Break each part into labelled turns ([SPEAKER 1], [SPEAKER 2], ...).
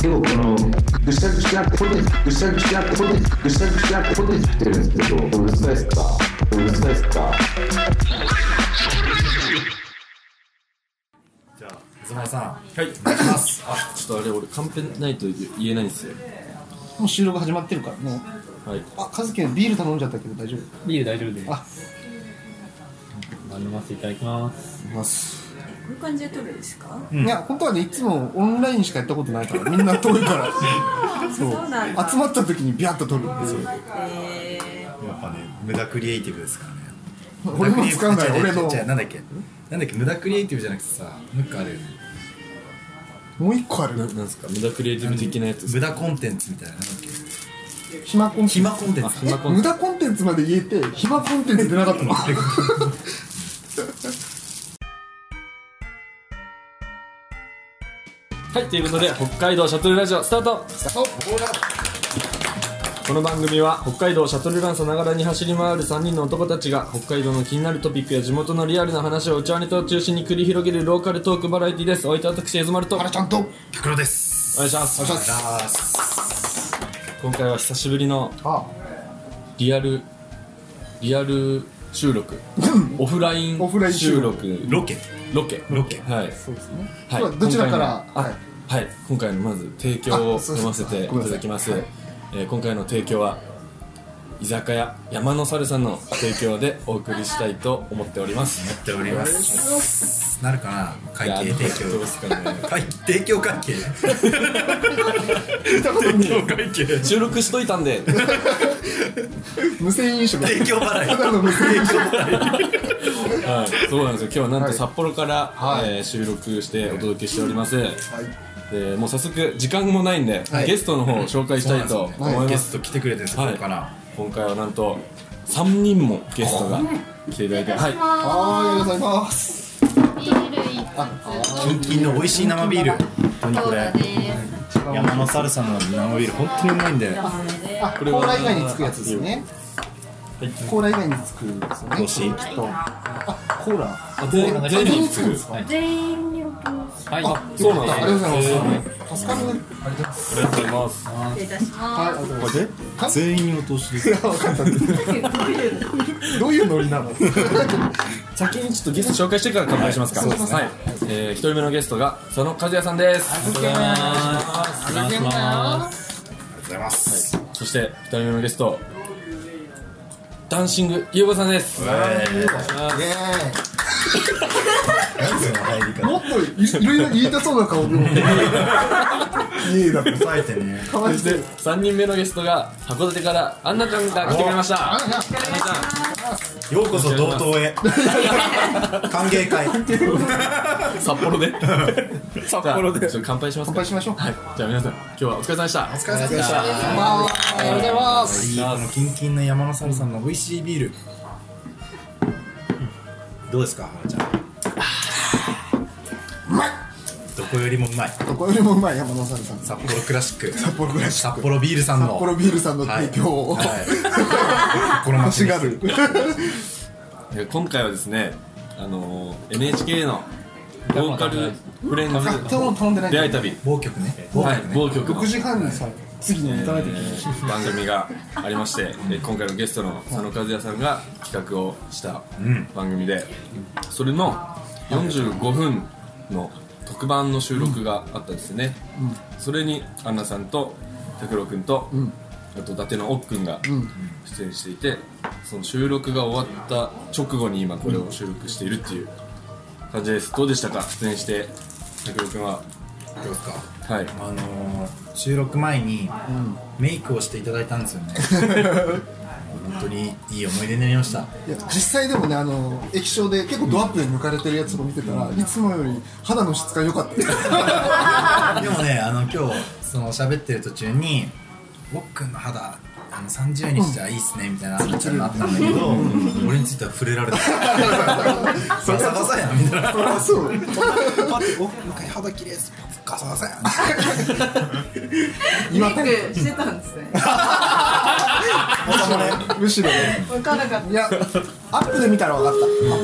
[SPEAKER 1] 結構このぐしゃぐしゃポテぐしゃぐしゃポテぐしゃぐしゃポテってるんですけどうるさいっすかうるさいっすか
[SPEAKER 2] じゃあズマさん
[SPEAKER 3] はい
[SPEAKER 2] お願いします
[SPEAKER 3] あちょっとあれ俺カンペないと言えないんですよ
[SPEAKER 4] もう収録始まってるからもう
[SPEAKER 3] はい
[SPEAKER 4] あカズキンビール頼んじゃったけど大丈夫
[SPEAKER 5] ビール大丈夫です
[SPEAKER 4] あ
[SPEAKER 5] 飲ませていただきます
[SPEAKER 4] います、
[SPEAKER 6] ういう感じで撮るんですか
[SPEAKER 4] いや本当はねいつもオンラインしかやったことないからみんな遠いからそう
[SPEAKER 6] そうなんだ
[SPEAKER 4] 集まった時にビャッと撮るんですよ
[SPEAKER 6] え
[SPEAKER 2] やっぱね無駄クリエイティブですから ね
[SPEAKER 4] 俺も使うなよ俺の
[SPEAKER 2] じゃあなんだっけなんだっけ無駄クリエイティブじゃなくてさなんかある
[SPEAKER 4] もう一個あ
[SPEAKER 3] な
[SPEAKER 4] る
[SPEAKER 3] なんですか無駄クリエイティブ的なやつです
[SPEAKER 2] 無駄コンテンツみたいななんだっけ
[SPEAKER 4] 暇コンテンツ
[SPEAKER 2] 暇コンテンツ
[SPEAKER 3] 暇コン
[SPEAKER 4] 無駄コンテンツまで言えて暇コンテンツ出なかったの
[SPEAKER 3] はいということで北海道シャトルラジオスタートこの番組は北海道をシャトルランさながらに走り回る3人の男たちが北海道の気になるトピックや地元のリアルな話を内輪ネタを中心に繰り広げるローカルトークバラエティですお相手は私エズマルとお
[SPEAKER 4] あら
[SPEAKER 3] 願
[SPEAKER 4] ちゃんと
[SPEAKER 2] 菊郎です
[SPEAKER 3] いします
[SPEAKER 2] お願いします
[SPEAKER 3] 今回は久しぶりの
[SPEAKER 4] あ
[SPEAKER 3] リアルリアル収録オフライン
[SPEAKER 4] オフライン収
[SPEAKER 3] 収
[SPEAKER 4] 録
[SPEAKER 3] 録
[SPEAKER 2] ロケ
[SPEAKER 3] ロケ
[SPEAKER 2] ロケ
[SPEAKER 3] はい
[SPEAKER 4] そうですね
[SPEAKER 3] はい
[SPEAKER 4] 今日はどちらから
[SPEAKER 3] 今
[SPEAKER 4] はい
[SPEAKER 3] 回のあはい今回のまず提供を
[SPEAKER 4] あそうで
[SPEAKER 3] 読
[SPEAKER 4] す
[SPEAKER 3] ませていただきます
[SPEAKER 4] ごめんな
[SPEAKER 3] えー今回の提供は居酒屋山の猿さんの提供でお送りしたいと思っております
[SPEAKER 2] やっておりますなるかな 会
[SPEAKER 3] い
[SPEAKER 2] 計
[SPEAKER 3] や
[SPEAKER 2] 提
[SPEAKER 3] どうです
[SPEAKER 2] 供
[SPEAKER 3] かね
[SPEAKER 2] 会提供会計
[SPEAKER 4] 聞いたことに
[SPEAKER 2] 提供会計
[SPEAKER 3] 収録しといたん で
[SPEAKER 4] 無銭飲食
[SPEAKER 2] 提供払い
[SPEAKER 4] た だの無銭飲食
[SPEAKER 3] はいそうなんですよ今日はなんと札幌から、
[SPEAKER 4] はい
[SPEAKER 3] えー収録してお届けしております、でもう早速時間もないんで、
[SPEAKER 4] はい
[SPEAKER 3] ゲストの方を紹介したいと
[SPEAKER 2] そう
[SPEAKER 3] 思い
[SPEAKER 2] なんですよね
[SPEAKER 3] ま
[SPEAKER 2] ゲ
[SPEAKER 3] す
[SPEAKER 2] スト来てくれてるんですよ
[SPEAKER 3] はい
[SPEAKER 2] ここから
[SPEAKER 3] 今回はなんと3人もゲストが来ていただいてはい
[SPEAKER 4] ありがとうございます
[SPEAKER 7] ビール一
[SPEAKER 2] キンキンの美味しい生ビール本当にこれ
[SPEAKER 7] です。
[SPEAKER 2] 山のサルサの生ビール本当にうまいんで
[SPEAKER 4] あコ
[SPEAKER 3] れは
[SPEAKER 4] ーラ以外につくやつですねコーラ以外につくんですよね
[SPEAKER 2] どうし
[SPEAKER 4] きっとあコーラ
[SPEAKER 3] あ全員全員すぐ
[SPEAKER 4] はい
[SPEAKER 7] 全員にお気にし
[SPEAKER 5] はい
[SPEAKER 4] あ
[SPEAKER 3] そうなん
[SPEAKER 4] あ
[SPEAKER 3] だ
[SPEAKER 4] りがとうございます助かるね
[SPEAKER 3] ありがとうございます
[SPEAKER 6] ー、失礼いたし
[SPEAKER 4] はいあ
[SPEAKER 6] ま
[SPEAKER 4] りがとうございます
[SPEAKER 2] れ全員お通しです
[SPEAKER 4] どういうノリなの
[SPEAKER 3] 先にちょっとゲスト紹介してから乾杯しますか
[SPEAKER 2] はいそうですね
[SPEAKER 3] はいえー一人目のゲストが佐野和也さんですありがとうございます
[SPEAKER 5] お願いします
[SPEAKER 2] ありがとうございます
[SPEAKER 3] そして二人目のゲストダンシング優子さんです
[SPEAKER 4] イエー
[SPEAKER 2] 何その入り
[SPEAKER 4] イもっといいろいろ言いたそうな顔でもイエーイだって
[SPEAKER 2] 抑えてね
[SPEAKER 4] かわい そう
[SPEAKER 3] 三人目のゲストが函館からアンナちゃんが来てくれましたアン
[SPEAKER 4] あ
[SPEAKER 3] ナちゃん
[SPEAKER 2] ようこそ道東へ歓迎会
[SPEAKER 3] 札幌 で札幌で乾杯します
[SPEAKER 4] 乾
[SPEAKER 3] か
[SPEAKER 4] 杯しましょう
[SPEAKER 3] はいじゃあ皆さん今日はお疲れ様でした
[SPEAKER 2] お疲れ様でした
[SPEAKER 4] ありがとうございます
[SPEAKER 2] いいこのキンキンの山の猿さんの美味しいビールどうですかはらちゃんうまいどこよりもうまい
[SPEAKER 4] どこよりもうまい山野さんさん
[SPEAKER 2] 札幌クラシック
[SPEAKER 4] 札幌クラシック
[SPEAKER 2] 札幌ビールさんの
[SPEAKER 4] 札幌ビールさんの提供を
[SPEAKER 2] はいはいこの
[SPEAKER 4] 欲
[SPEAKER 2] 街
[SPEAKER 4] し
[SPEAKER 2] に
[SPEAKER 4] がる
[SPEAKER 3] えー今回はですね、あのー、NHK のローカルフレンズ
[SPEAKER 4] あ今日も頼んでない
[SPEAKER 3] 出会い旅、
[SPEAKER 2] 某局ね某局
[SPEAKER 3] はい
[SPEAKER 2] ね、
[SPEAKER 3] 某局の
[SPEAKER 4] 6、時半にさ次に行かないといけない
[SPEAKER 3] えー 番組がありま して、えー今回のゲストの佐野和也さんが企画をした
[SPEAKER 2] ん
[SPEAKER 3] 番組で、それの45分の特番の収録があったんですね、それにアンナさんと拓郎君と、あと伊達の奥君が出演していて、その収録が終わった直後に今これを収録しているっていう感じですどうでしたか出演して拓郎君は
[SPEAKER 2] どうですか
[SPEAKER 3] はい
[SPEAKER 2] あのー、収録前にメイクをしていただいたんですよね本当にいい思い出になりました
[SPEAKER 4] いや実際でもねあの液晶で結構ドアップで抜かれてるやつを見てたら、いつもより肌の質が良か ったです
[SPEAKER 2] でもねあの今日その喋ってる途中に「僕っくんの肌あの30にしてはいいっすね」みたいな話になったんだけど、俺については触れられたガサガサやんみたいな「
[SPEAKER 4] そりゃそう
[SPEAKER 2] パッてお向井肌綺麗っすガサガサやん」
[SPEAKER 6] すメイクしてたんですね
[SPEAKER 4] むしろね
[SPEAKER 6] 分からなかっ
[SPEAKER 4] いやアップで見たら分かっ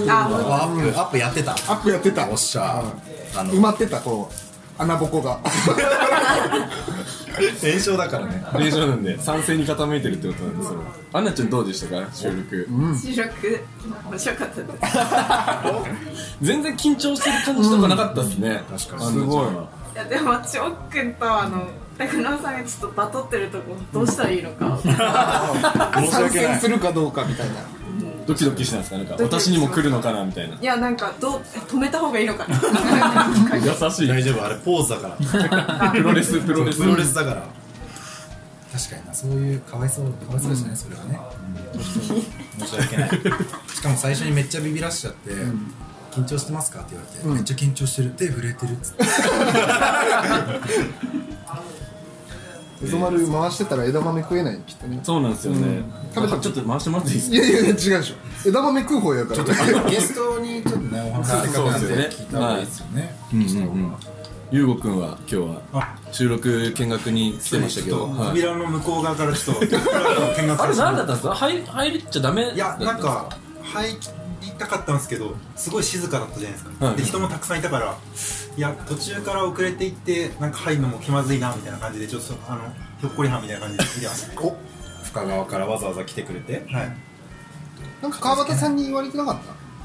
[SPEAKER 4] た
[SPEAKER 6] たあ、もう
[SPEAKER 2] アップアップやってた
[SPEAKER 4] アップやってた
[SPEAKER 2] おっしゃーあの
[SPEAKER 4] 埋まってたこう穴ぼこが
[SPEAKER 2] 炎症だからね
[SPEAKER 3] 冷場なんで賛成に傾いてるってことなんですよアンナちゃんどうでしたか収録
[SPEAKER 6] 収録面白かったです。
[SPEAKER 3] 全然緊張してる感じとかなかったですね
[SPEAKER 2] 確かに
[SPEAKER 3] ア
[SPEAKER 4] す
[SPEAKER 3] ンナちゃん
[SPEAKER 4] ごい
[SPEAKER 6] いやでもチョッくんとあの拓郎さんがちょっとバトってるとこどうしたらいいのか。
[SPEAKER 2] 申し
[SPEAKER 4] 参
[SPEAKER 2] 訳な
[SPEAKER 4] 戦
[SPEAKER 2] い
[SPEAKER 4] するかどうかみたいな
[SPEAKER 3] ドキドキしたんですかなんか
[SPEAKER 6] ドキドキ
[SPEAKER 3] 私にも来るのかなみたいない
[SPEAKER 6] やなんかどうえ止めた方がいいのかな。
[SPEAKER 3] 優し
[SPEAKER 2] 大
[SPEAKER 3] い
[SPEAKER 2] 丈夫あれポーズだから
[SPEAKER 3] プロレスプロレス
[SPEAKER 2] プロレスだから確かになそういうかわいそうかわいそうですね、それはね、申し訳ないしかも最初にめっちゃビビらしちゃって、緊張してますかって言われて、めっちゃ緊張してる手震えてるっつって
[SPEAKER 4] 磯丸回してたら枝豆食えないきっとね
[SPEAKER 3] そうなんですよね
[SPEAKER 4] 食べた
[SPEAKER 3] ちょっと回してもらっていいです
[SPEAKER 4] い
[SPEAKER 3] か
[SPEAKER 4] やいやいや違うでしょ枝豆食う方やから
[SPEAKER 2] ゲストにちょっとねお話せっかくなんで聞いた方がいいですよね
[SPEAKER 3] うんうんうんゆうごくんは今日は収録見学に来てましたけ
[SPEAKER 2] ちょ
[SPEAKER 3] ど
[SPEAKER 2] っと
[SPEAKER 3] はい
[SPEAKER 2] 扉の向こう側からちょっと見学
[SPEAKER 3] あ
[SPEAKER 2] さ
[SPEAKER 3] れ
[SPEAKER 2] せても
[SPEAKER 3] 何
[SPEAKER 2] らっ
[SPEAKER 3] だってたんですか入入っちゃダメ
[SPEAKER 8] いや
[SPEAKER 3] だ
[SPEAKER 8] な
[SPEAKER 3] った
[SPEAKER 8] ん
[SPEAKER 3] です
[SPEAKER 8] か入りたかったんですけどすごい静かだったじゃないですか、
[SPEAKER 3] はい
[SPEAKER 8] で人もたくさんいたからいや途中から遅れていってなんか入るのも気まずいなみたいな感じでちょっとあのひょっこりはんみたいな感じで見てました
[SPEAKER 4] お
[SPEAKER 2] 深川からわざわざ来てくれて
[SPEAKER 8] はい
[SPEAKER 4] なんか川端さんに言われてなかった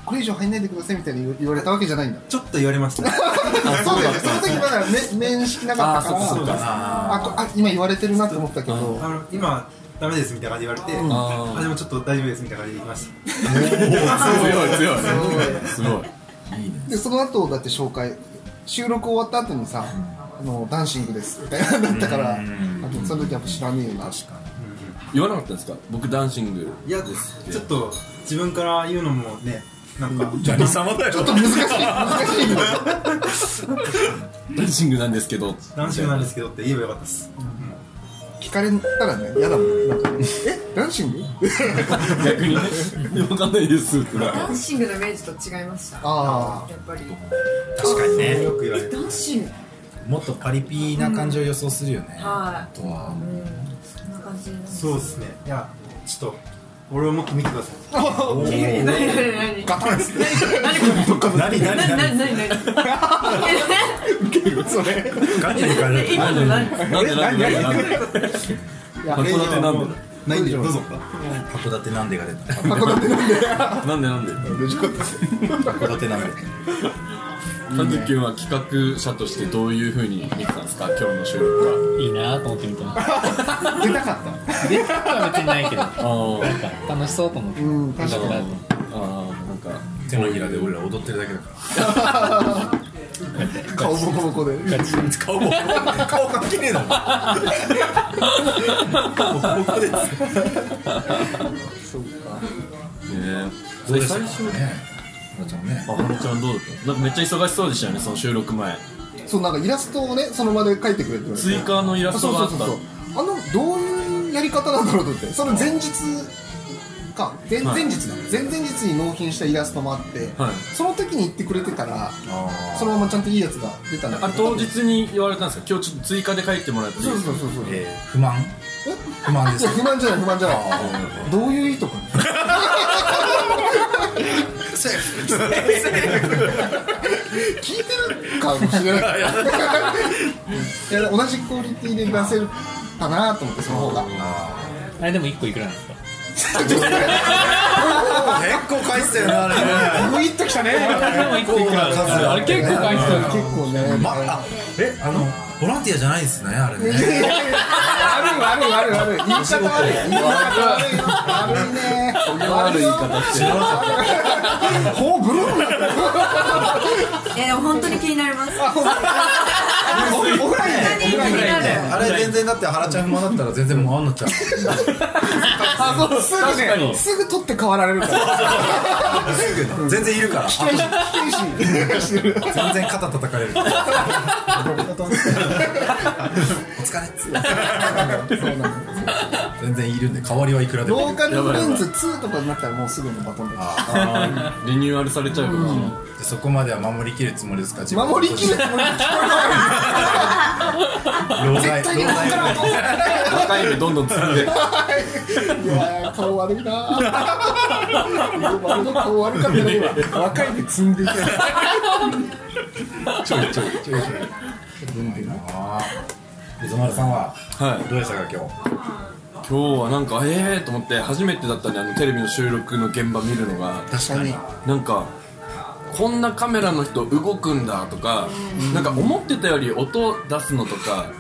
[SPEAKER 4] これ以上入んないでくださいみたいに言われたわけじゃないんだ
[SPEAKER 8] ちょっと言われました
[SPEAKER 4] そうだよねその時まだめ面識なかったから
[SPEAKER 3] あ
[SPEAKER 4] あ
[SPEAKER 3] そうかそうか
[SPEAKER 4] こあ今言われてるなって思ったけど
[SPEAKER 8] あの今ダメですみたいな感じで言われて、
[SPEAKER 3] あー
[SPEAKER 8] あでもちょっと大丈夫ですみたいな感じで言いまし
[SPEAKER 3] 強い 強いすごい
[SPEAKER 4] でその後だって紹介収録終わった後にさあのダンシングですみたいなのだったからあのその時やっぱ知らねえよな確か
[SPEAKER 3] 言わなかったんですか僕ダンシング
[SPEAKER 8] たいやちょっと自分から言うのもねなんか
[SPEAKER 2] ジャニー様だよ
[SPEAKER 4] ちょっと難しい難しいんだよ
[SPEAKER 3] ダンシングなんですけ ど
[SPEAKER 8] 男子なんですけどって言えばよかったです、うん
[SPEAKER 4] 聞かれたらね嫌だもんなん かねえダンシング
[SPEAKER 3] 逆にね 分かんないですってな
[SPEAKER 6] ダンシングのイメージと違いました。や
[SPEAKER 4] あ
[SPEAKER 6] っぱり
[SPEAKER 2] 確かにね
[SPEAKER 8] よく言われて
[SPEAKER 6] ダンシング
[SPEAKER 2] もっとパリピな感じを予想するよね、
[SPEAKER 6] は
[SPEAKER 2] あとは
[SPEAKER 6] そんな感じなんです。
[SPEAKER 8] そうですねいやちょっと俺をもっと見てください
[SPEAKER 6] え何何何
[SPEAKER 4] あガタンっつって
[SPEAKER 2] 何何
[SPEAKER 6] 何
[SPEAKER 2] 何
[SPEAKER 6] 何何何
[SPEAKER 4] それ
[SPEAKER 2] ガチで帰
[SPEAKER 6] え
[SPEAKER 2] る
[SPEAKER 6] 今の何
[SPEAKER 3] なんでなんでなんでなんで
[SPEAKER 4] いや
[SPEAKER 3] 函館なんで
[SPEAKER 8] ないんでどうぞ
[SPEAKER 2] 函館なんでが出た
[SPEAKER 4] 函館なんで
[SPEAKER 3] なんでなんで
[SPEAKER 2] 函館なんで
[SPEAKER 3] カズキ君は企画者としてどういうふうに見てたんですか今日の収録
[SPEAKER 5] いいなぁと思って見てました。
[SPEAKER 4] 出たかった
[SPEAKER 5] 出たくは別にないけど、
[SPEAKER 3] は
[SPEAKER 5] なんか楽しそうと思って。
[SPEAKER 4] うん確か
[SPEAKER 5] だ
[SPEAKER 4] に
[SPEAKER 5] か
[SPEAKER 3] あ
[SPEAKER 5] ら
[SPEAKER 3] あなんか
[SPEAKER 2] 手のひらで俺ら踊ってるだけだから
[SPEAKER 4] 顔ボコボコで
[SPEAKER 2] 顔も顔関係ねえだもん
[SPEAKER 4] そうか
[SPEAKER 3] ね
[SPEAKER 2] どうでした
[SPEAKER 3] 最
[SPEAKER 2] か
[SPEAKER 3] 初
[SPEAKER 2] ねほらちゃんね
[SPEAKER 3] あはるちゃんどうだったなんかめっちゃ忙しそうでしたよねその収録前
[SPEAKER 4] そうなんかイラストをねその場で描いてくれって言われて
[SPEAKER 3] 追加のイラ
[SPEAKER 4] あ
[SPEAKER 3] ス
[SPEAKER 4] そ
[SPEAKER 3] ト
[SPEAKER 4] う
[SPEAKER 3] があ
[SPEAKER 4] そう
[SPEAKER 3] っ
[SPEAKER 4] そ
[SPEAKER 3] た
[SPEAKER 4] うそうあのどういうやり方なんだろうと思ってその前日か前
[SPEAKER 3] は
[SPEAKER 4] 前
[SPEAKER 3] い
[SPEAKER 4] 日だ前々日に納品したイラストもあって、
[SPEAKER 3] はい
[SPEAKER 4] その時に言ってくれてたら
[SPEAKER 2] あ
[SPEAKER 4] そのままちゃんといいやつが出たんだけど
[SPEAKER 3] あ当日に言われたんですか今日ちょっと追加で書いてもらっていい
[SPEAKER 4] そうそうそうそう
[SPEAKER 2] ーえー不満不満で
[SPEAKER 4] い
[SPEAKER 2] す
[SPEAKER 4] や不満じゃない不満じゃない
[SPEAKER 3] あ
[SPEAKER 4] どういう意図かね聞いてるかもしれないいや同じクオリティで出せるかなと思ってその方が
[SPEAKER 5] あれでも一個いくらなんですか
[SPEAKER 2] 結構返してるなあれね
[SPEAKER 4] グイッときたね
[SPEAKER 5] あれでも一個いくらなんですかあれ結構返してるな
[SPEAKER 4] 結構ね
[SPEAKER 2] まあえあのボランティアじゃないですねあれ
[SPEAKER 4] いや
[SPEAKER 2] ね
[SPEAKER 4] いやいや悪い悪い悪い言い方悪い言い方悪い悪いね
[SPEAKER 3] 悪い言い方してる
[SPEAKER 4] ほうブルーになった
[SPEAKER 6] えでも本当に気になります。本
[SPEAKER 4] オフライン
[SPEAKER 6] 当に気になる。
[SPEAKER 2] あれ全然だって原ちゃん不満だったら全然もうあんなちゃんす
[SPEAKER 4] あそうすぐ
[SPEAKER 5] 確か
[SPEAKER 4] ね
[SPEAKER 5] に
[SPEAKER 4] すぐ取って変わられるから
[SPEAKER 2] ぐ全然いるから
[SPEAKER 4] 危険し
[SPEAKER 2] 全然肩叩かれるお疲れっつ
[SPEAKER 4] そうなんだよ
[SPEAKER 2] 全然いるんで代わりはいくらで
[SPEAKER 4] ロ
[SPEAKER 2] も
[SPEAKER 4] ーカルレンズ2とかになったらもうすぐのバトンで
[SPEAKER 3] あーリニューアルされちゃうかもしれない
[SPEAKER 2] でそこまでは守りきるつもりですか自分
[SPEAKER 4] 守りきるつもり
[SPEAKER 2] 老害
[SPEAKER 4] 絶対にここからは通らない
[SPEAKER 3] 若い目どんどん積んで
[SPEAKER 4] いやー顔悪いなー俺の顔悪かったね今若いで積んでいた
[SPEAKER 3] ちょいちょい
[SPEAKER 2] 全然な磯丸さんは
[SPEAKER 3] はい
[SPEAKER 2] どうでしたか今日
[SPEAKER 3] 今日はなんかええー、と思って初めてだったんであのテレビの収録の現場見るのが
[SPEAKER 2] 確かに
[SPEAKER 3] なんかこんなカメラの人動くんだとか、なんか思ってたより音出すのとか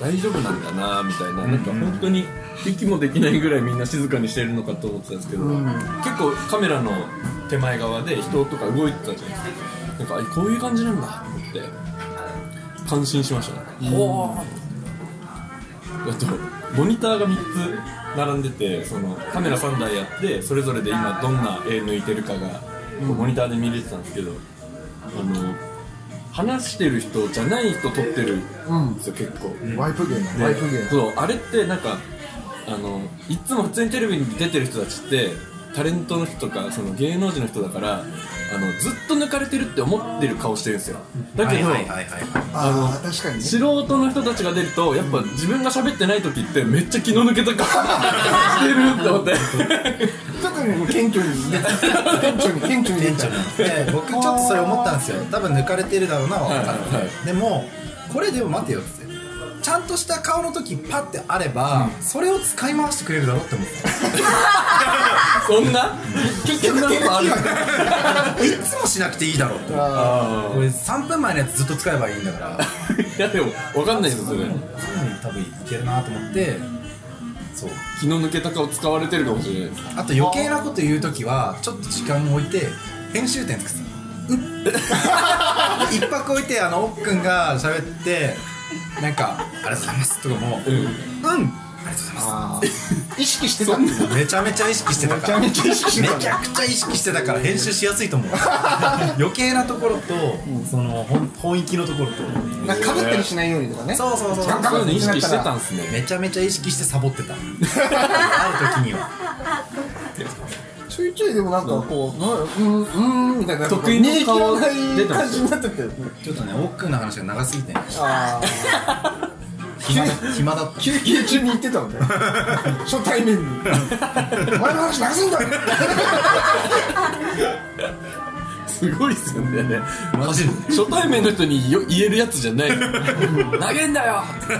[SPEAKER 3] 大丈夫なんだなみたいな、なんか本当に息もできないぐらいみんな静かにしてるのかと思ってたんですけど、結構カメラの手前側で人とか動いてたじゃないですかなんかあこういう感じなんだと思って感心しましたね、ほーあとモニターが3つ並んでてそのカメラ3台やってそれぞれで今どんな絵抜いてるかが、こうモニターで見れてたんですけどあの話してる人じゃない人撮ってるんですよ、結構、
[SPEAKER 4] ワイプ芸な
[SPEAKER 3] で
[SPEAKER 4] ワイプ芸
[SPEAKER 3] そうあれってなんかあのいつも普通にテレビに出てる人たちってタレントの人とかその芸能人の人だからあのずっと抜かれてるって思ってる顔してるんですよだけど、
[SPEAKER 2] はいはいはいはい
[SPEAKER 4] ああ確かにね
[SPEAKER 3] 素人の人たちが出るとやっぱ自分が喋ってない時ってめっちゃ気の抜けた顔してるって思って
[SPEAKER 4] 特に謙虚にね謙虚に謙虚に
[SPEAKER 2] 店長にで僕ちょっとそれ思ったんですよ多分抜かれてるだろうなは分かって、
[SPEAKER 3] はいはい
[SPEAKER 2] でもこれでも待てよっつってちゃんとした顔の時パッてあれば、それを使い回してくれるだろうって思った
[SPEAKER 3] そんな結局なんかある
[SPEAKER 2] いつもしなくていいだろうって
[SPEAKER 3] あ
[SPEAKER 2] これ3分前のやつずっと使えばいいんだから
[SPEAKER 3] ーいやでも分かんないですよそれ
[SPEAKER 2] かなり多分いけるなと思ってそう
[SPEAKER 3] 気の抜けた顔使われてるかもしれないです
[SPEAKER 2] あと余計なこと言う時はちょっと時間を置いて編集点作ってた 一泊置いてあの奥くんが喋ってなんか「ありがとうございます」とかも「
[SPEAKER 3] うん
[SPEAKER 2] うんありがとうございます」
[SPEAKER 4] あー意識してたんだ
[SPEAKER 2] めちゃめちゃ意識してたから
[SPEAKER 4] めちゃめちゃ意識してたね
[SPEAKER 2] めちゃくちゃ意識してたから編集しやすいと 思う余計なところとその本本域のところと
[SPEAKER 4] なんか被ったりしないようにとかね
[SPEAKER 2] そうそうそう
[SPEAKER 4] ガンガ
[SPEAKER 3] そういうの
[SPEAKER 4] ン
[SPEAKER 3] 意識してたんすね
[SPEAKER 2] めちゃめちゃ意識してサボって たある時には
[SPEAKER 4] ちょいちょいでもなんかこうなうんうんみたいな
[SPEAKER 3] 得意の顔
[SPEAKER 4] 逃げ切らない感じになってたよね
[SPEAKER 2] ちょっとね奥くんの話が長すぎてね
[SPEAKER 4] ああ
[SPEAKER 2] 暇だ暇だ った
[SPEAKER 4] 休憩中に言ってたのね初対面に「お前の話長すんだ!」
[SPEAKER 3] すごいっすよね
[SPEAKER 2] マジで
[SPEAKER 3] 初対面の人によ言えるやつじゃない投げんだよ
[SPEAKER 2] い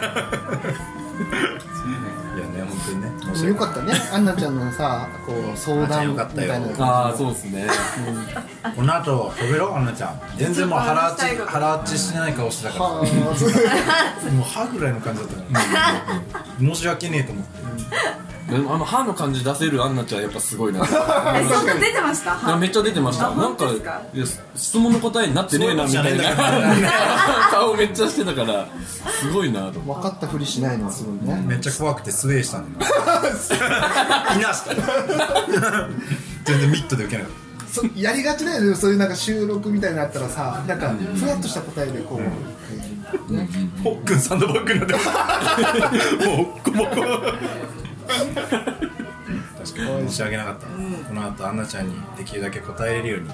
[SPEAKER 2] やね本当にね面
[SPEAKER 4] よかったねアンナちゃんのさこう相談みたいな
[SPEAKER 2] よかっ
[SPEAKER 3] ああそうですね
[SPEAKER 2] この後食べろアンナちゃん全然もう腹落ち腹落ちしてない顔してたから
[SPEAKER 4] あーそう
[SPEAKER 2] もう歯ぐらいの感じだったから申し訳ねえと思って
[SPEAKER 3] でもあの歯の感じ出せるアンナちゃんやっぱすごいない
[SPEAKER 6] え、そんな出てました
[SPEAKER 3] やめっちゃ出てました
[SPEAKER 6] あ
[SPEAKER 3] なんか
[SPEAKER 6] 本当ですか
[SPEAKER 3] いや質問の答えになってねえなみた
[SPEAKER 2] そう
[SPEAKER 3] いな
[SPEAKER 2] いうことじゃねえんだ
[SPEAKER 3] 顔めっちゃしてたからすごいなと思って
[SPEAKER 4] 分かったふりしないのはすごいね
[SPEAKER 2] めっちゃ怖くてスウェーしたんだいなしたよ全然ミットで受けなかっ
[SPEAKER 4] そやりがちだよねそういうなんか収録みたいなのあったらさなんかふわっとした答えでこう、ね
[SPEAKER 2] たほっくんサンドバッグになってたもうほっこもこ確かに申し訳なかった、この後アンナちゃんにできるだけ答えれるように、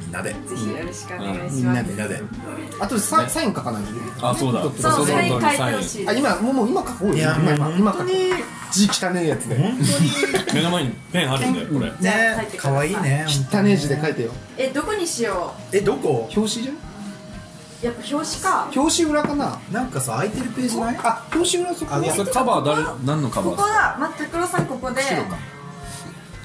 [SPEAKER 2] みんなで
[SPEAKER 6] ぜひよろしくお願い
[SPEAKER 4] み
[SPEAKER 6] し
[SPEAKER 4] ん
[SPEAKER 6] ま
[SPEAKER 4] な
[SPEAKER 6] す。
[SPEAKER 4] で
[SPEAKER 2] みんなで
[SPEAKER 4] あとサ,、サイン書かないとね
[SPEAKER 3] あそうだ
[SPEAKER 6] そう、
[SPEAKER 3] そ
[SPEAKER 6] サ
[SPEAKER 3] の
[SPEAKER 6] イ
[SPEAKER 3] 通り
[SPEAKER 6] ン書いて
[SPEAKER 3] サイン
[SPEAKER 6] ほしい
[SPEAKER 4] あ
[SPEAKER 6] です。
[SPEAKER 4] 今もうもう今書こうよ
[SPEAKER 2] いや
[SPEAKER 4] 今
[SPEAKER 2] もう
[SPEAKER 4] 今今書こう字汚ねえやつね
[SPEAKER 3] 目の前にペンあるんだよこれ
[SPEAKER 6] じゃあ書いてください
[SPEAKER 2] 可愛いね
[SPEAKER 4] 汚ねえ字で書いてよ
[SPEAKER 6] え、どこにしよ
[SPEAKER 2] えどこ
[SPEAKER 4] 表紙じゃん
[SPEAKER 6] う。やっぱ表紙か。
[SPEAKER 4] 表紙裏かな
[SPEAKER 2] なんかさ空いてるページない
[SPEAKER 4] あ表紙裏そこ
[SPEAKER 3] あそれカバー誰何のカバー
[SPEAKER 6] ここだ。ま、拓郎さんここで。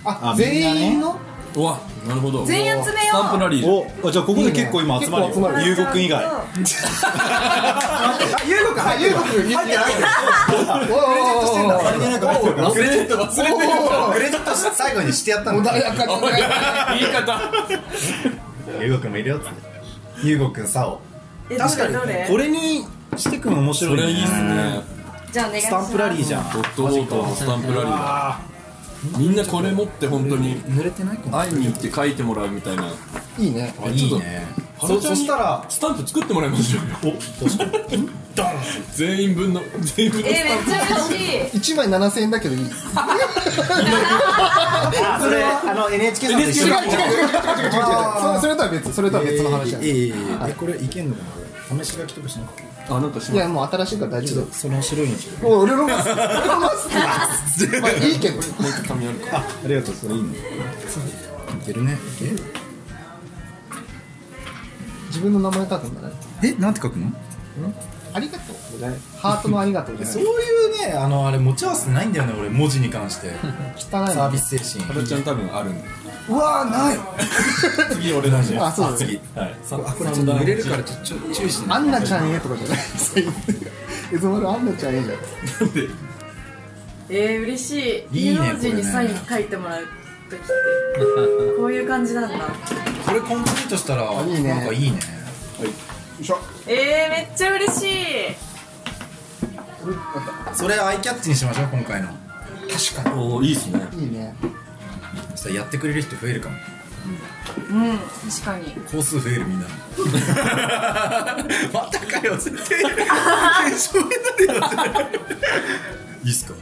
[SPEAKER 4] あ
[SPEAKER 8] あ
[SPEAKER 4] 全員の、
[SPEAKER 3] うわなるほど
[SPEAKER 6] 全員集めよう
[SPEAKER 3] スタンプラリー
[SPEAKER 8] おあじゃあここで結構今集まる
[SPEAKER 4] いいね結構集
[SPEAKER 8] よ
[SPEAKER 4] まる
[SPEAKER 8] 遊国以外
[SPEAKER 4] あ、
[SPEAKER 6] あ
[SPEAKER 4] ゆうごくん、あ、ゆうごくん、入ってない。お
[SPEAKER 8] あれでなんか入ってるから
[SPEAKER 3] 忘れてた忘れてた
[SPEAKER 2] クレジット最後にしてやった
[SPEAKER 4] おおおお、
[SPEAKER 2] の
[SPEAKER 4] 穏やかだね。
[SPEAKER 3] 言
[SPEAKER 2] ゆ
[SPEAKER 3] い方
[SPEAKER 2] うごくんもいるよっつってゆうごくんさお
[SPEAKER 6] え、どれどれ
[SPEAKER 2] これにしてくん面白い
[SPEAKER 3] そ
[SPEAKER 2] ね
[SPEAKER 3] れいいっすね
[SPEAKER 6] じゃあお願いし
[SPEAKER 2] ス
[SPEAKER 6] ま
[SPEAKER 2] タ
[SPEAKER 6] す。
[SPEAKER 2] ンプラリーじゃん
[SPEAKER 3] ドットウォーターのスタンプラリーだみんなこれ持って本当に
[SPEAKER 2] 濡れてないか
[SPEAKER 3] 会いに行って書いてもらうみたいない
[SPEAKER 4] いね。
[SPEAKER 2] いいねそそしたら
[SPEAKER 3] スタンプ作ってもらいましょうよ全員分の全員分の
[SPEAKER 6] え、めっちゃ嬉しい。
[SPEAKER 4] 一枚七千円だけど いい。違う
[SPEAKER 2] あそれあの NHK さんと一
[SPEAKER 4] 違う違う違う違う違う。
[SPEAKER 2] だ
[SPEAKER 4] そそれとは別、それとは別の話だ
[SPEAKER 2] え
[SPEAKER 4] ね。
[SPEAKER 2] ーえーえこれいけんのかな試し書きとかしなくて
[SPEAKER 3] あなんかし
[SPEAKER 4] い
[SPEAKER 3] ま
[SPEAKER 4] や、もう新しいから大
[SPEAKER 2] ち
[SPEAKER 4] 丈
[SPEAKER 2] ょっとその白いのちょっ
[SPEAKER 4] 夫。もう俺のマスク、俺のマスク。まあいいけど。
[SPEAKER 3] 紙あるか
[SPEAKER 8] ありがとうそれいいね
[SPEAKER 2] といけるねいける
[SPEAKER 4] 自分の名前書くんだね。
[SPEAKER 2] えなんて書くの
[SPEAKER 4] ありがとうじゃないハートのありがとうじゃな
[SPEAKER 2] そう
[SPEAKER 4] い
[SPEAKER 2] いうねあのあれ持ち合わせてないんだよね俺文字に関 して
[SPEAKER 4] 汚い
[SPEAKER 2] サー
[SPEAKER 4] の
[SPEAKER 2] ビス精
[SPEAKER 3] タ
[SPEAKER 2] 神
[SPEAKER 3] ロちゃん多分あるんで
[SPEAKER 4] うわーない
[SPEAKER 3] 次俺なんで
[SPEAKER 4] あそうだね
[SPEAKER 2] 次
[SPEAKER 5] はい。
[SPEAKER 2] さあこれちょっと入れるからちょちょ注意して
[SPEAKER 4] ア
[SPEAKER 2] ね
[SPEAKER 4] ンナちゃんへとかじゃないエゾマルアンナちゃんへじゃない
[SPEAKER 6] えー、嬉しい
[SPEAKER 2] いいね
[SPEAKER 6] 芸能人に
[SPEAKER 2] これね
[SPEAKER 6] サイン書いてもらう時ってこういう感じなんだ
[SPEAKER 2] これコンプリートしたら
[SPEAKER 4] あいいね
[SPEAKER 2] なんかいいね
[SPEAKER 6] えー、めっちゃ嬉しい
[SPEAKER 2] それアイキャッチにしましょう今回の確か
[SPEAKER 3] おおいいっすね
[SPEAKER 4] いいね
[SPEAKER 2] にそしたらやってくれる人増えるかも
[SPEAKER 6] うん確かに
[SPEAKER 2] 工数増えるみんなまたかよ絶対テンション上がるよ絶対いいっすか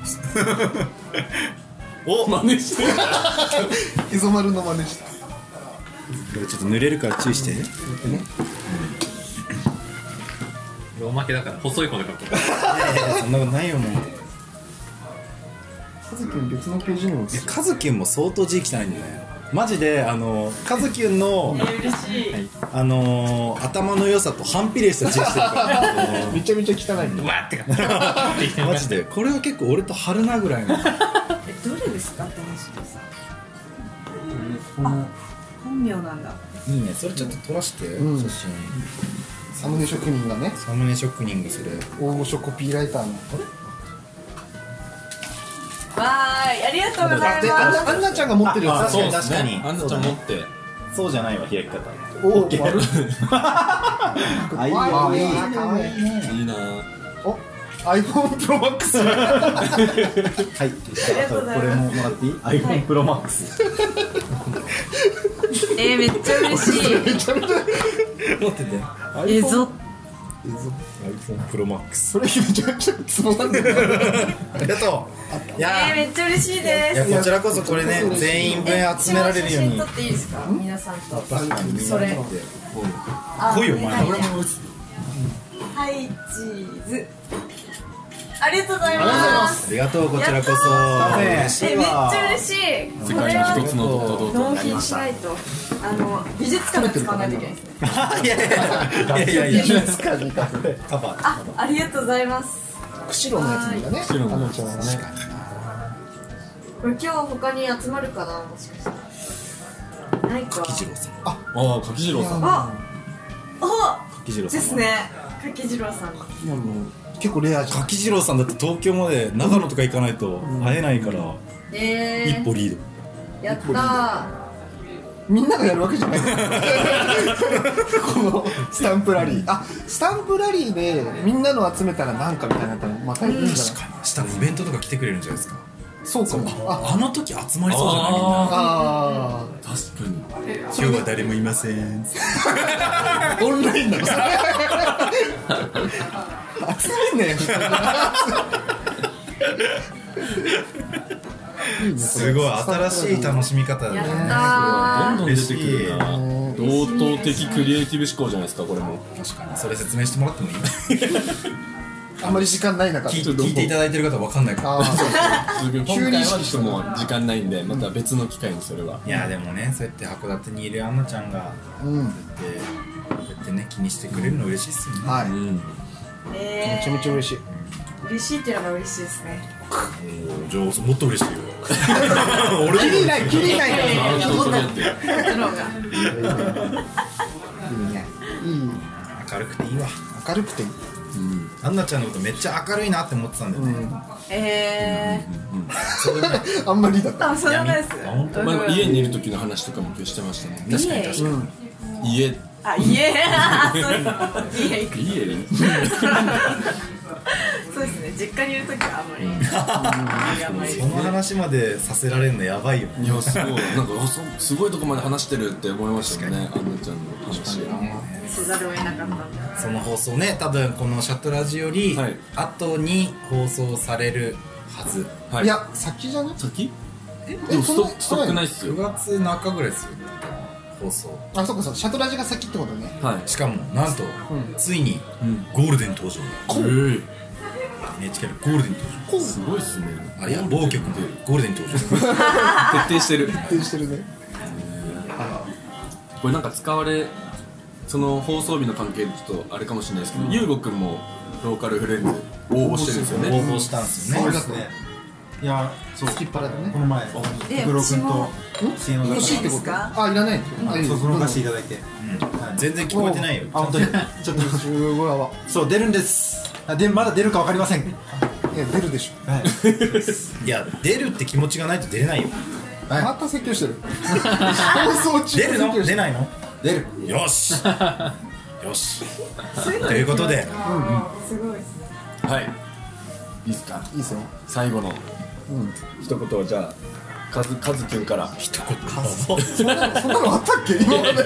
[SPEAKER 3] お真似して
[SPEAKER 4] エゾマルの真似した
[SPEAKER 2] これちょっと濡れるから注意してい
[SPEAKER 5] ローマ系だから細い子で書く。
[SPEAKER 2] やいやそんなことないよもう
[SPEAKER 4] カズくん別のページにも
[SPEAKER 2] いやカズキュンも相当字汚いんだよねマジであのカズキュンの
[SPEAKER 6] えー、嬉しい
[SPEAKER 2] あのー頭の良さと反比例した字してるから
[SPEAKER 4] めちゃめちゃ汚いの
[SPEAKER 5] わーって書く。
[SPEAKER 2] マジでこれは結構俺と春菜ぐらいの
[SPEAKER 6] えどれですかって話です本名なんだ
[SPEAKER 2] いいねそれちょっと撮らして、
[SPEAKER 4] ん
[SPEAKER 2] 写真
[SPEAKER 4] サムネ職人がね
[SPEAKER 2] サムネ職人がそれ
[SPEAKER 4] 大御所コピーライターの
[SPEAKER 6] わーいありがとうござい
[SPEAKER 4] で
[SPEAKER 6] ます
[SPEAKER 4] アンナアンナちゃんが持ってるや
[SPEAKER 2] あ
[SPEAKER 4] つ
[SPEAKER 2] そう
[SPEAKER 3] そうっす
[SPEAKER 2] 確
[SPEAKER 3] ね
[SPEAKER 2] かに
[SPEAKER 3] あんなちゃん持って
[SPEAKER 5] そうじゃないわ、開き方。
[SPEAKER 4] お ー丸
[SPEAKER 5] あ、いい
[SPEAKER 4] あ
[SPEAKER 5] よ。
[SPEAKER 4] いいねかわいいね
[SPEAKER 3] いいなぁ
[SPEAKER 4] お iPhone Pro Max
[SPEAKER 5] はい。
[SPEAKER 6] ありがとうございます
[SPEAKER 5] これももらっていい ?iPhone Pro Max。
[SPEAKER 6] えー、めっちゃ嬉しい
[SPEAKER 2] 持ってて
[SPEAKER 6] えぞ
[SPEAKER 2] iPhone プロマックス
[SPEAKER 4] それめちゃめちゃつまらんねえな
[SPEAKER 2] ありがとうい
[SPEAKER 6] え
[SPEAKER 2] や
[SPEAKER 6] ー、めっちゃ嬉しいで
[SPEAKER 2] ーい
[SPEAKER 6] す
[SPEAKER 2] やこちらこそこれね全員分集められるよう
[SPEAKER 6] え
[SPEAKER 2] に
[SPEAKER 6] 写真撮っていいですか皆さんと
[SPEAKER 2] そ
[SPEAKER 6] それ
[SPEAKER 2] 来いよお前
[SPEAKER 6] 俺もはいチーズありがとうございます
[SPEAKER 2] ありがとうこちらこそ
[SPEAKER 6] や
[SPEAKER 2] 嬉
[SPEAKER 6] っ
[SPEAKER 2] しい
[SPEAKER 6] たーえめっちゃ嬉しい
[SPEAKER 3] 世
[SPEAKER 6] こ
[SPEAKER 3] 界
[SPEAKER 6] れ
[SPEAKER 3] に一
[SPEAKER 6] は
[SPEAKER 3] つのドットドット
[SPEAKER 6] 納品しないとあの美術館で使わないといけないですね
[SPEAKER 2] いやいやいやいやいや
[SPEAKER 4] 使いに行かせて
[SPEAKER 2] カバー
[SPEAKER 6] あありがとうございます
[SPEAKER 4] 釧路のやつなんだね
[SPEAKER 3] 路の
[SPEAKER 4] アンナちゃんはね
[SPEAKER 6] これ今日他に集まるかなもしかしてないか
[SPEAKER 2] 一郎さん
[SPEAKER 3] ああ柿次郎さん
[SPEAKER 6] ああ
[SPEAKER 5] 柿次郎さ
[SPEAKER 6] で
[SPEAKER 5] ん。
[SPEAKER 6] すね柿次郎さん
[SPEAKER 4] いやもう結構レアじゃん
[SPEAKER 2] 柿次郎さんだって東京まで長野とか行かないと会えないから
[SPEAKER 6] え
[SPEAKER 2] 一
[SPEAKER 6] ー、
[SPEAKER 2] 歩リー
[SPEAKER 6] やったー
[SPEAKER 4] みんながやるわけじゃないこのスタンプラリーあスタンプラリーでみんなの集めたらなんかみたいになったらまたいいん
[SPEAKER 2] ド
[SPEAKER 4] じゃ
[SPEAKER 2] 確
[SPEAKER 4] ない
[SPEAKER 2] かにしたらイベントとか来てくれるんじゃないですか
[SPEAKER 4] そうかもあ
[SPEAKER 2] あの時集まりそうじゃないみんな
[SPEAKER 4] あ
[SPEAKER 3] 確かに
[SPEAKER 2] 今日は誰もいません
[SPEAKER 4] ーオンラインだろそれ集めんね
[SPEAKER 2] すごい新しい楽しみ方だ
[SPEAKER 6] やっ
[SPEAKER 2] ね
[SPEAKER 6] た
[SPEAKER 3] どん
[SPEAKER 6] ー
[SPEAKER 3] どん出てくるな
[SPEAKER 4] 嬉
[SPEAKER 3] 同等的クリエイティブ思考じゃないですかこれも
[SPEAKER 2] 確かにそれ説明してもらっ てもいい
[SPEAKER 4] あんまり時間ない中
[SPEAKER 2] 聞い聞いていただいてる方わかんないから
[SPEAKER 4] あー
[SPEAKER 3] 今回はちょっともう時間ないんでまた別の機会にそれはい
[SPEAKER 2] やでもねそうやって函館にいるアンナちゃんが
[SPEAKER 4] うん
[SPEAKER 2] そうやってこうやってね気にしてくれるの嬉しいっすよね
[SPEAKER 4] はい
[SPEAKER 3] うん
[SPEAKER 6] え
[SPEAKER 4] めちゃめちゃ嬉しい
[SPEAKER 6] ー、嬉しいっていうのが嬉しいですね
[SPEAKER 2] おーじゃあもっと嬉しい よ俺
[SPEAKER 4] キリないキリない
[SPEAKER 6] いやいや
[SPEAKER 3] それやってる
[SPEAKER 6] こっちの方が
[SPEAKER 4] いいねいい
[SPEAKER 2] 明るくていいわ
[SPEAKER 4] 明るくていい
[SPEAKER 2] アンナちゃんのことめっちゃ明るいなって思ってたんだよね、
[SPEAKER 6] え
[SPEAKER 4] あんまりだっ
[SPEAKER 6] ー、
[SPEAKER 4] た
[SPEAKER 6] あ、そうなんです
[SPEAKER 2] あ本当
[SPEAKER 3] まあ家にいる時の話とかも今日してましたね
[SPEAKER 2] 確かに確かに
[SPEAKER 3] 家
[SPEAKER 6] あ、 家そう家行く
[SPEAKER 3] 家に
[SPEAKER 6] そうですね、実家にいるときはあんまりあんまり
[SPEAKER 2] その話までさせられるのやばいよ
[SPEAKER 3] いやすごいなんかあそすごいとこまで話してるって思いましたよねアンナちゃんの話
[SPEAKER 6] せざるを得なかったんで
[SPEAKER 2] その放送ね多分このシャトラジより
[SPEAKER 3] はい
[SPEAKER 2] 後に放送されるはず、
[SPEAKER 3] はい
[SPEAKER 4] いや先じゃね
[SPEAKER 3] 先
[SPEAKER 4] え
[SPEAKER 3] でもスト
[SPEAKER 4] そん
[SPEAKER 3] ックストックないっす
[SPEAKER 2] 9
[SPEAKER 3] よ
[SPEAKER 2] 月中ぐらいですよ放送
[SPEAKER 4] あそうかそうかシャトラジが先ってことね
[SPEAKER 3] はい
[SPEAKER 2] しかもなんと、
[SPEAKER 4] ん
[SPEAKER 2] ついに
[SPEAKER 3] うん
[SPEAKER 2] ゴールデン登場
[SPEAKER 3] こう
[SPEAKER 2] NHK のゴールデン登
[SPEAKER 3] すごいっすね
[SPEAKER 2] 場あいや某局のゴールデン登場
[SPEAKER 3] 徹底してる
[SPEAKER 4] 徹底してるね
[SPEAKER 3] これなんか使われその放送日の関係でちょっとあれかもしれないですけど、ゆうごくんもローカルフレンズ応募してるんですよ
[SPEAKER 2] 応
[SPEAKER 3] ね
[SPEAKER 2] 募したんです
[SPEAKER 4] あ
[SPEAKER 2] よね
[SPEAKER 4] りがとう。
[SPEAKER 8] いやそう
[SPEAKER 4] つきっぱらでね
[SPEAKER 8] こ。の前
[SPEAKER 6] え
[SPEAKER 8] 福郎君と水野
[SPEAKER 4] 欲しいっ
[SPEAKER 8] さ
[SPEAKER 4] てこ
[SPEAKER 8] ん
[SPEAKER 6] です
[SPEAKER 4] と
[SPEAKER 6] か
[SPEAKER 4] あ、いらないってこと。
[SPEAKER 8] そうそのお菓子い
[SPEAKER 4] ら
[SPEAKER 8] ただいて
[SPEAKER 2] うん全然聞こえてないよ
[SPEAKER 8] あ本当にちょっと
[SPEAKER 4] 15話は。
[SPEAKER 8] そう出るんですあでまだ出るかわかりません
[SPEAKER 4] いや、出るでしょ。
[SPEAKER 8] はい
[SPEAKER 2] いや出るって気持ちがないと出れないよ
[SPEAKER 8] はい
[SPEAKER 4] また説教してる。放送中
[SPEAKER 2] 出るの出
[SPEAKER 4] い。
[SPEAKER 2] ないの
[SPEAKER 8] 出る
[SPEAKER 2] よし よしということで
[SPEAKER 6] すごい
[SPEAKER 3] はいいいですか
[SPEAKER 4] いいっすよ。
[SPEAKER 3] 最後の
[SPEAKER 4] うん。
[SPEAKER 3] 一言をじゃあカズカズくんから
[SPEAKER 2] 一言どうぞ
[SPEAKER 4] そんなのあったっけ今まで。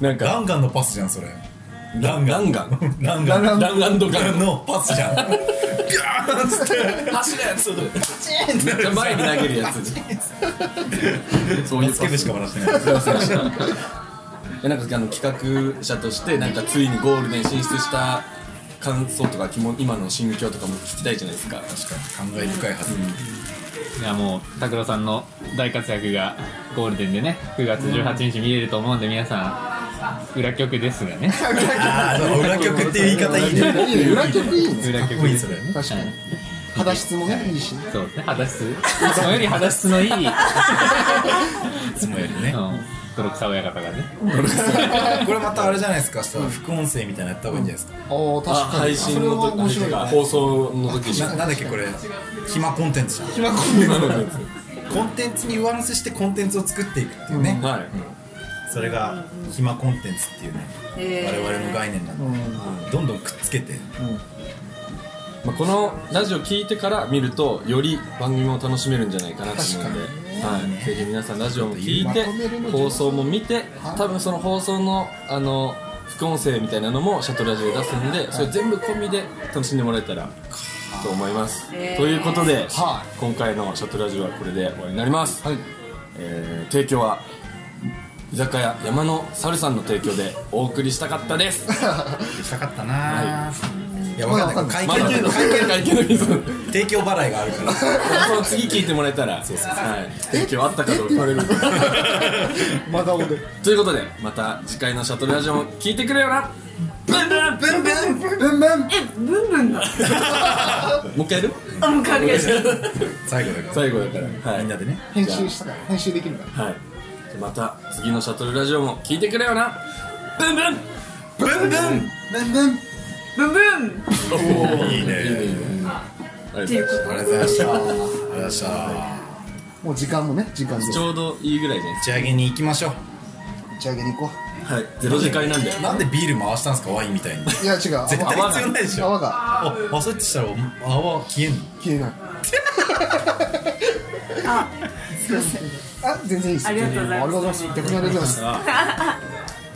[SPEAKER 3] なん
[SPEAKER 2] ガ
[SPEAKER 3] か
[SPEAKER 2] ンガンのパスじゃんそれ
[SPEAKER 3] ランガンガン
[SPEAKER 2] ランガ
[SPEAKER 4] ラ
[SPEAKER 2] ン
[SPEAKER 4] ンラン
[SPEAKER 3] ランガンドガ
[SPEAKER 2] ガ
[SPEAKER 3] ン
[SPEAKER 2] ンのパスじゃん ガーンっつって
[SPEAKER 3] 走れそれ
[SPEAKER 2] チンって
[SPEAKER 3] めっちゃ前に投げるやつそうい
[SPEAKER 2] バ
[SPEAKER 3] う
[SPEAKER 2] スケ部しか笑ってない
[SPEAKER 3] えなんかあの企画者としてなんかついにゴールデン進出した感想とかきも今の心境とかも聞きたいじゃないですか確か
[SPEAKER 2] 感慨深いはず
[SPEAKER 5] いやもう拓郎さんの大活躍がゴールデンでね9月18日見れると思うんで皆さん裏曲です がね
[SPEAKER 2] ああ裏曲っていう言い方いいね
[SPEAKER 4] いいね。裏曲いいね。
[SPEAKER 5] 裏
[SPEAKER 2] かっこ
[SPEAKER 5] 曲
[SPEAKER 2] いい
[SPEAKER 5] で
[SPEAKER 2] そ
[SPEAKER 5] す
[SPEAKER 2] れ
[SPEAKER 5] ね
[SPEAKER 4] 確かに。肌質もね、いいしね。
[SPEAKER 5] そうですね 肌質いつもより肌質のいいうん
[SPEAKER 2] いつもよりね
[SPEAKER 5] 泥臭親方がね
[SPEAKER 2] これまたあれじゃないですかしたら副音声みたいなのやった方がいいんじゃないですか
[SPEAKER 4] おお、確
[SPEAKER 3] あ
[SPEAKER 4] かに。
[SPEAKER 3] 配信
[SPEAKER 4] そ
[SPEAKER 3] の
[SPEAKER 4] れは面
[SPEAKER 3] 時
[SPEAKER 4] 白いよね。
[SPEAKER 3] 放送の時 に
[SPEAKER 2] ななんだっけこれ暇コンテンツじゃん
[SPEAKER 4] 暇コンテンツ
[SPEAKER 2] コンテンツに上乗せしてコンテンツを作っていくっていうね、
[SPEAKER 3] はい
[SPEAKER 2] それが暇コンテンツっていうね、
[SPEAKER 6] えー
[SPEAKER 2] 我々の概念なんで、どんどんくっつけて
[SPEAKER 3] まあ、このラジオ聞いてから見るとより番組も楽しめるんじゃないかなと思うので、はい、ぜひ皆さんラジオも聞い
[SPEAKER 4] まとめる
[SPEAKER 3] て
[SPEAKER 4] の
[SPEAKER 3] 放送も見て多分その放送のあの副音声みたいなのもシャトルラジオで出すんでそれ全部込みで楽しんでもらえたらと思います、
[SPEAKER 6] えー
[SPEAKER 3] ということで、今回のシャトルラジオはこれで終わりになります、
[SPEAKER 4] はい。
[SPEAKER 3] えー提供は居酒屋山の猿さんの提供でお送りしたかったです
[SPEAKER 2] したかったな、い、やわかんない会
[SPEAKER 3] まだ
[SPEAKER 2] 計の会計の
[SPEAKER 3] 会計の日その
[SPEAKER 2] 提供払いがあるから
[SPEAKER 3] その次聞いてもらえたらはい提供あったかどうか
[SPEAKER 4] まだ俺。
[SPEAKER 3] ということでまた次回のシャトルラジオも聞いてくれよなブンブンブンブンも
[SPEAKER 4] ブンブン。
[SPEAKER 6] えブンブンだ
[SPEAKER 3] う一回やる
[SPEAKER 6] あもう軽い
[SPEAKER 2] 最後だか
[SPEAKER 3] 最後だから
[SPEAKER 2] ら
[SPEAKER 3] はい
[SPEAKER 2] みんなでね
[SPEAKER 4] 編集したから。編集できるから。
[SPEAKER 3] はいじゃあまた次のシャトルラジオも聞いてくれよなブンブンブンブン
[SPEAKER 4] ブンブン。
[SPEAKER 6] ブンブン
[SPEAKER 2] いいねあり
[SPEAKER 3] ありがとうございます
[SPEAKER 2] がとうございましたありがとうございました
[SPEAKER 4] もう時間もね、時間で。
[SPEAKER 3] ちょうどいいぐらいじゃない
[SPEAKER 2] 打ち上げに行きましょ
[SPEAKER 4] 打ち上げに行こう。
[SPEAKER 3] ですかはいゼロ次回なんで
[SPEAKER 2] うなんでビール回したんですかワインみたいに絶
[SPEAKER 4] いや、違う。
[SPEAKER 2] 対必要ないでしょ
[SPEAKER 4] 泡が
[SPEAKER 2] あ焦ってしたら泡消えんの
[SPEAKER 4] 消えない。 あ、全然いいです。
[SPEAKER 6] ありがとうございます
[SPEAKER 4] ありがとうございます。逆にありがとうございま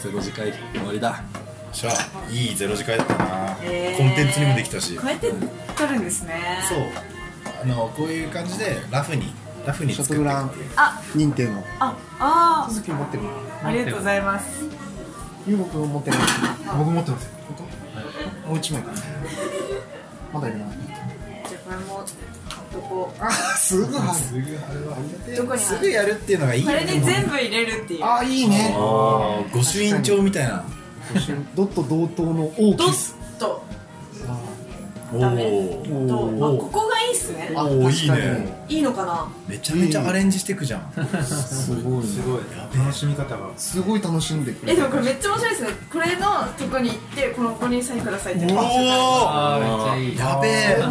[SPEAKER 4] す。
[SPEAKER 3] ゼロ次回終わりだ
[SPEAKER 2] じゃあいいゼロ次回だったな、
[SPEAKER 6] えー
[SPEAKER 2] コンテンツにもできたし
[SPEAKER 6] こうやって撮るんですね
[SPEAKER 2] そうあのこういう感じでラフにラフに
[SPEAKER 4] シャ
[SPEAKER 2] 作
[SPEAKER 4] ト
[SPEAKER 2] ってい
[SPEAKER 4] ル
[SPEAKER 2] く
[SPEAKER 4] ラン
[SPEAKER 6] あ
[SPEAKER 4] 認定の
[SPEAKER 6] ああ
[SPEAKER 4] 続き持ってる。
[SPEAKER 6] ーありがとうございます
[SPEAKER 4] ゆうごくん持ってない。
[SPEAKER 8] 僕持ってますよ
[SPEAKER 4] もう一枚かな。まだいるな。
[SPEAKER 6] じゃあこれもどこ
[SPEAKER 4] あ、すぐ入る。
[SPEAKER 6] どこに
[SPEAKER 2] す
[SPEAKER 6] あ
[SPEAKER 2] ぐ
[SPEAKER 6] る
[SPEAKER 2] やるっていうのがいい
[SPEAKER 6] こ
[SPEAKER 2] よ
[SPEAKER 6] れ
[SPEAKER 2] ね
[SPEAKER 6] に全部入れるっていう
[SPEAKER 4] あ、いいね。
[SPEAKER 2] あー御朱印帳みたいな
[SPEAKER 4] ドット同等の大
[SPEAKER 6] ド
[SPEAKER 4] きさ。
[SPEAKER 6] ッと
[SPEAKER 2] お
[SPEAKER 6] ダメ
[SPEAKER 2] ー
[SPEAKER 6] とあここがいいっすね
[SPEAKER 4] あ
[SPEAKER 2] おーいい
[SPEAKER 4] 確かに
[SPEAKER 2] ね
[SPEAKER 6] いいのかな
[SPEAKER 2] めちゃめちゃアレンジしてくじゃん
[SPEAKER 4] すごいね。
[SPEAKER 8] すごい楽しみ方が
[SPEAKER 4] すごい楽しんでく
[SPEAKER 6] え
[SPEAKER 4] れ
[SPEAKER 6] で
[SPEAKER 4] る
[SPEAKER 6] もこれめっちゃ面白いですねこれのとこに行ってこのここにサインくださいって
[SPEAKER 2] おお
[SPEAKER 5] ああめっちゃいい
[SPEAKER 2] やべえ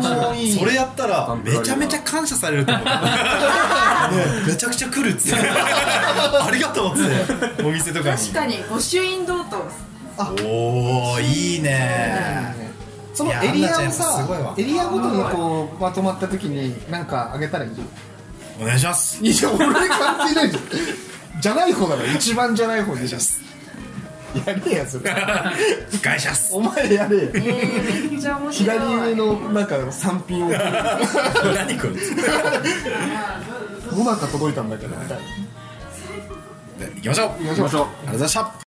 [SPEAKER 2] それやったら
[SPEAKER 3] ンプ
[SPEAKER 2] めちゃめちゃ感謝されると思うね めちゃくちゃ来る っつってありがとうっつってお店とかに
[SPEAKER 6] 確かに御朱印同等
[SPEAKER 2] おおいいね
[SPEAKER 4] そのエリア
[SPEAKER 2] いや
[SPEAKER 4] を
[SPEAKER 2] アンナちゃんやっぱすごいわ
[SPEAKER 4] さエリアごとにこうまとまった時になんかあげたらいいよ
[SPEAKER 2] お願いします
[SPEAKER 4] いや俺関係ないじゃんじゃない方だから一番じゃない方でしょやれやそれ
[SPEAKER 2] 返します
[SPEAKER 4] お前やれよ
[SPEAKER 6] えー、めっちゃ面白い
[SPEAKER 4] 左上のなんか産品を
[SPEAKER 2] 何これ
[SPEAKER 4] もなか届いたんだけどみたいな
[SPEAKER 2] で行きましょうありがとう
[SPEAKER 4] 行きましょう
[SPEAKER 2] ございました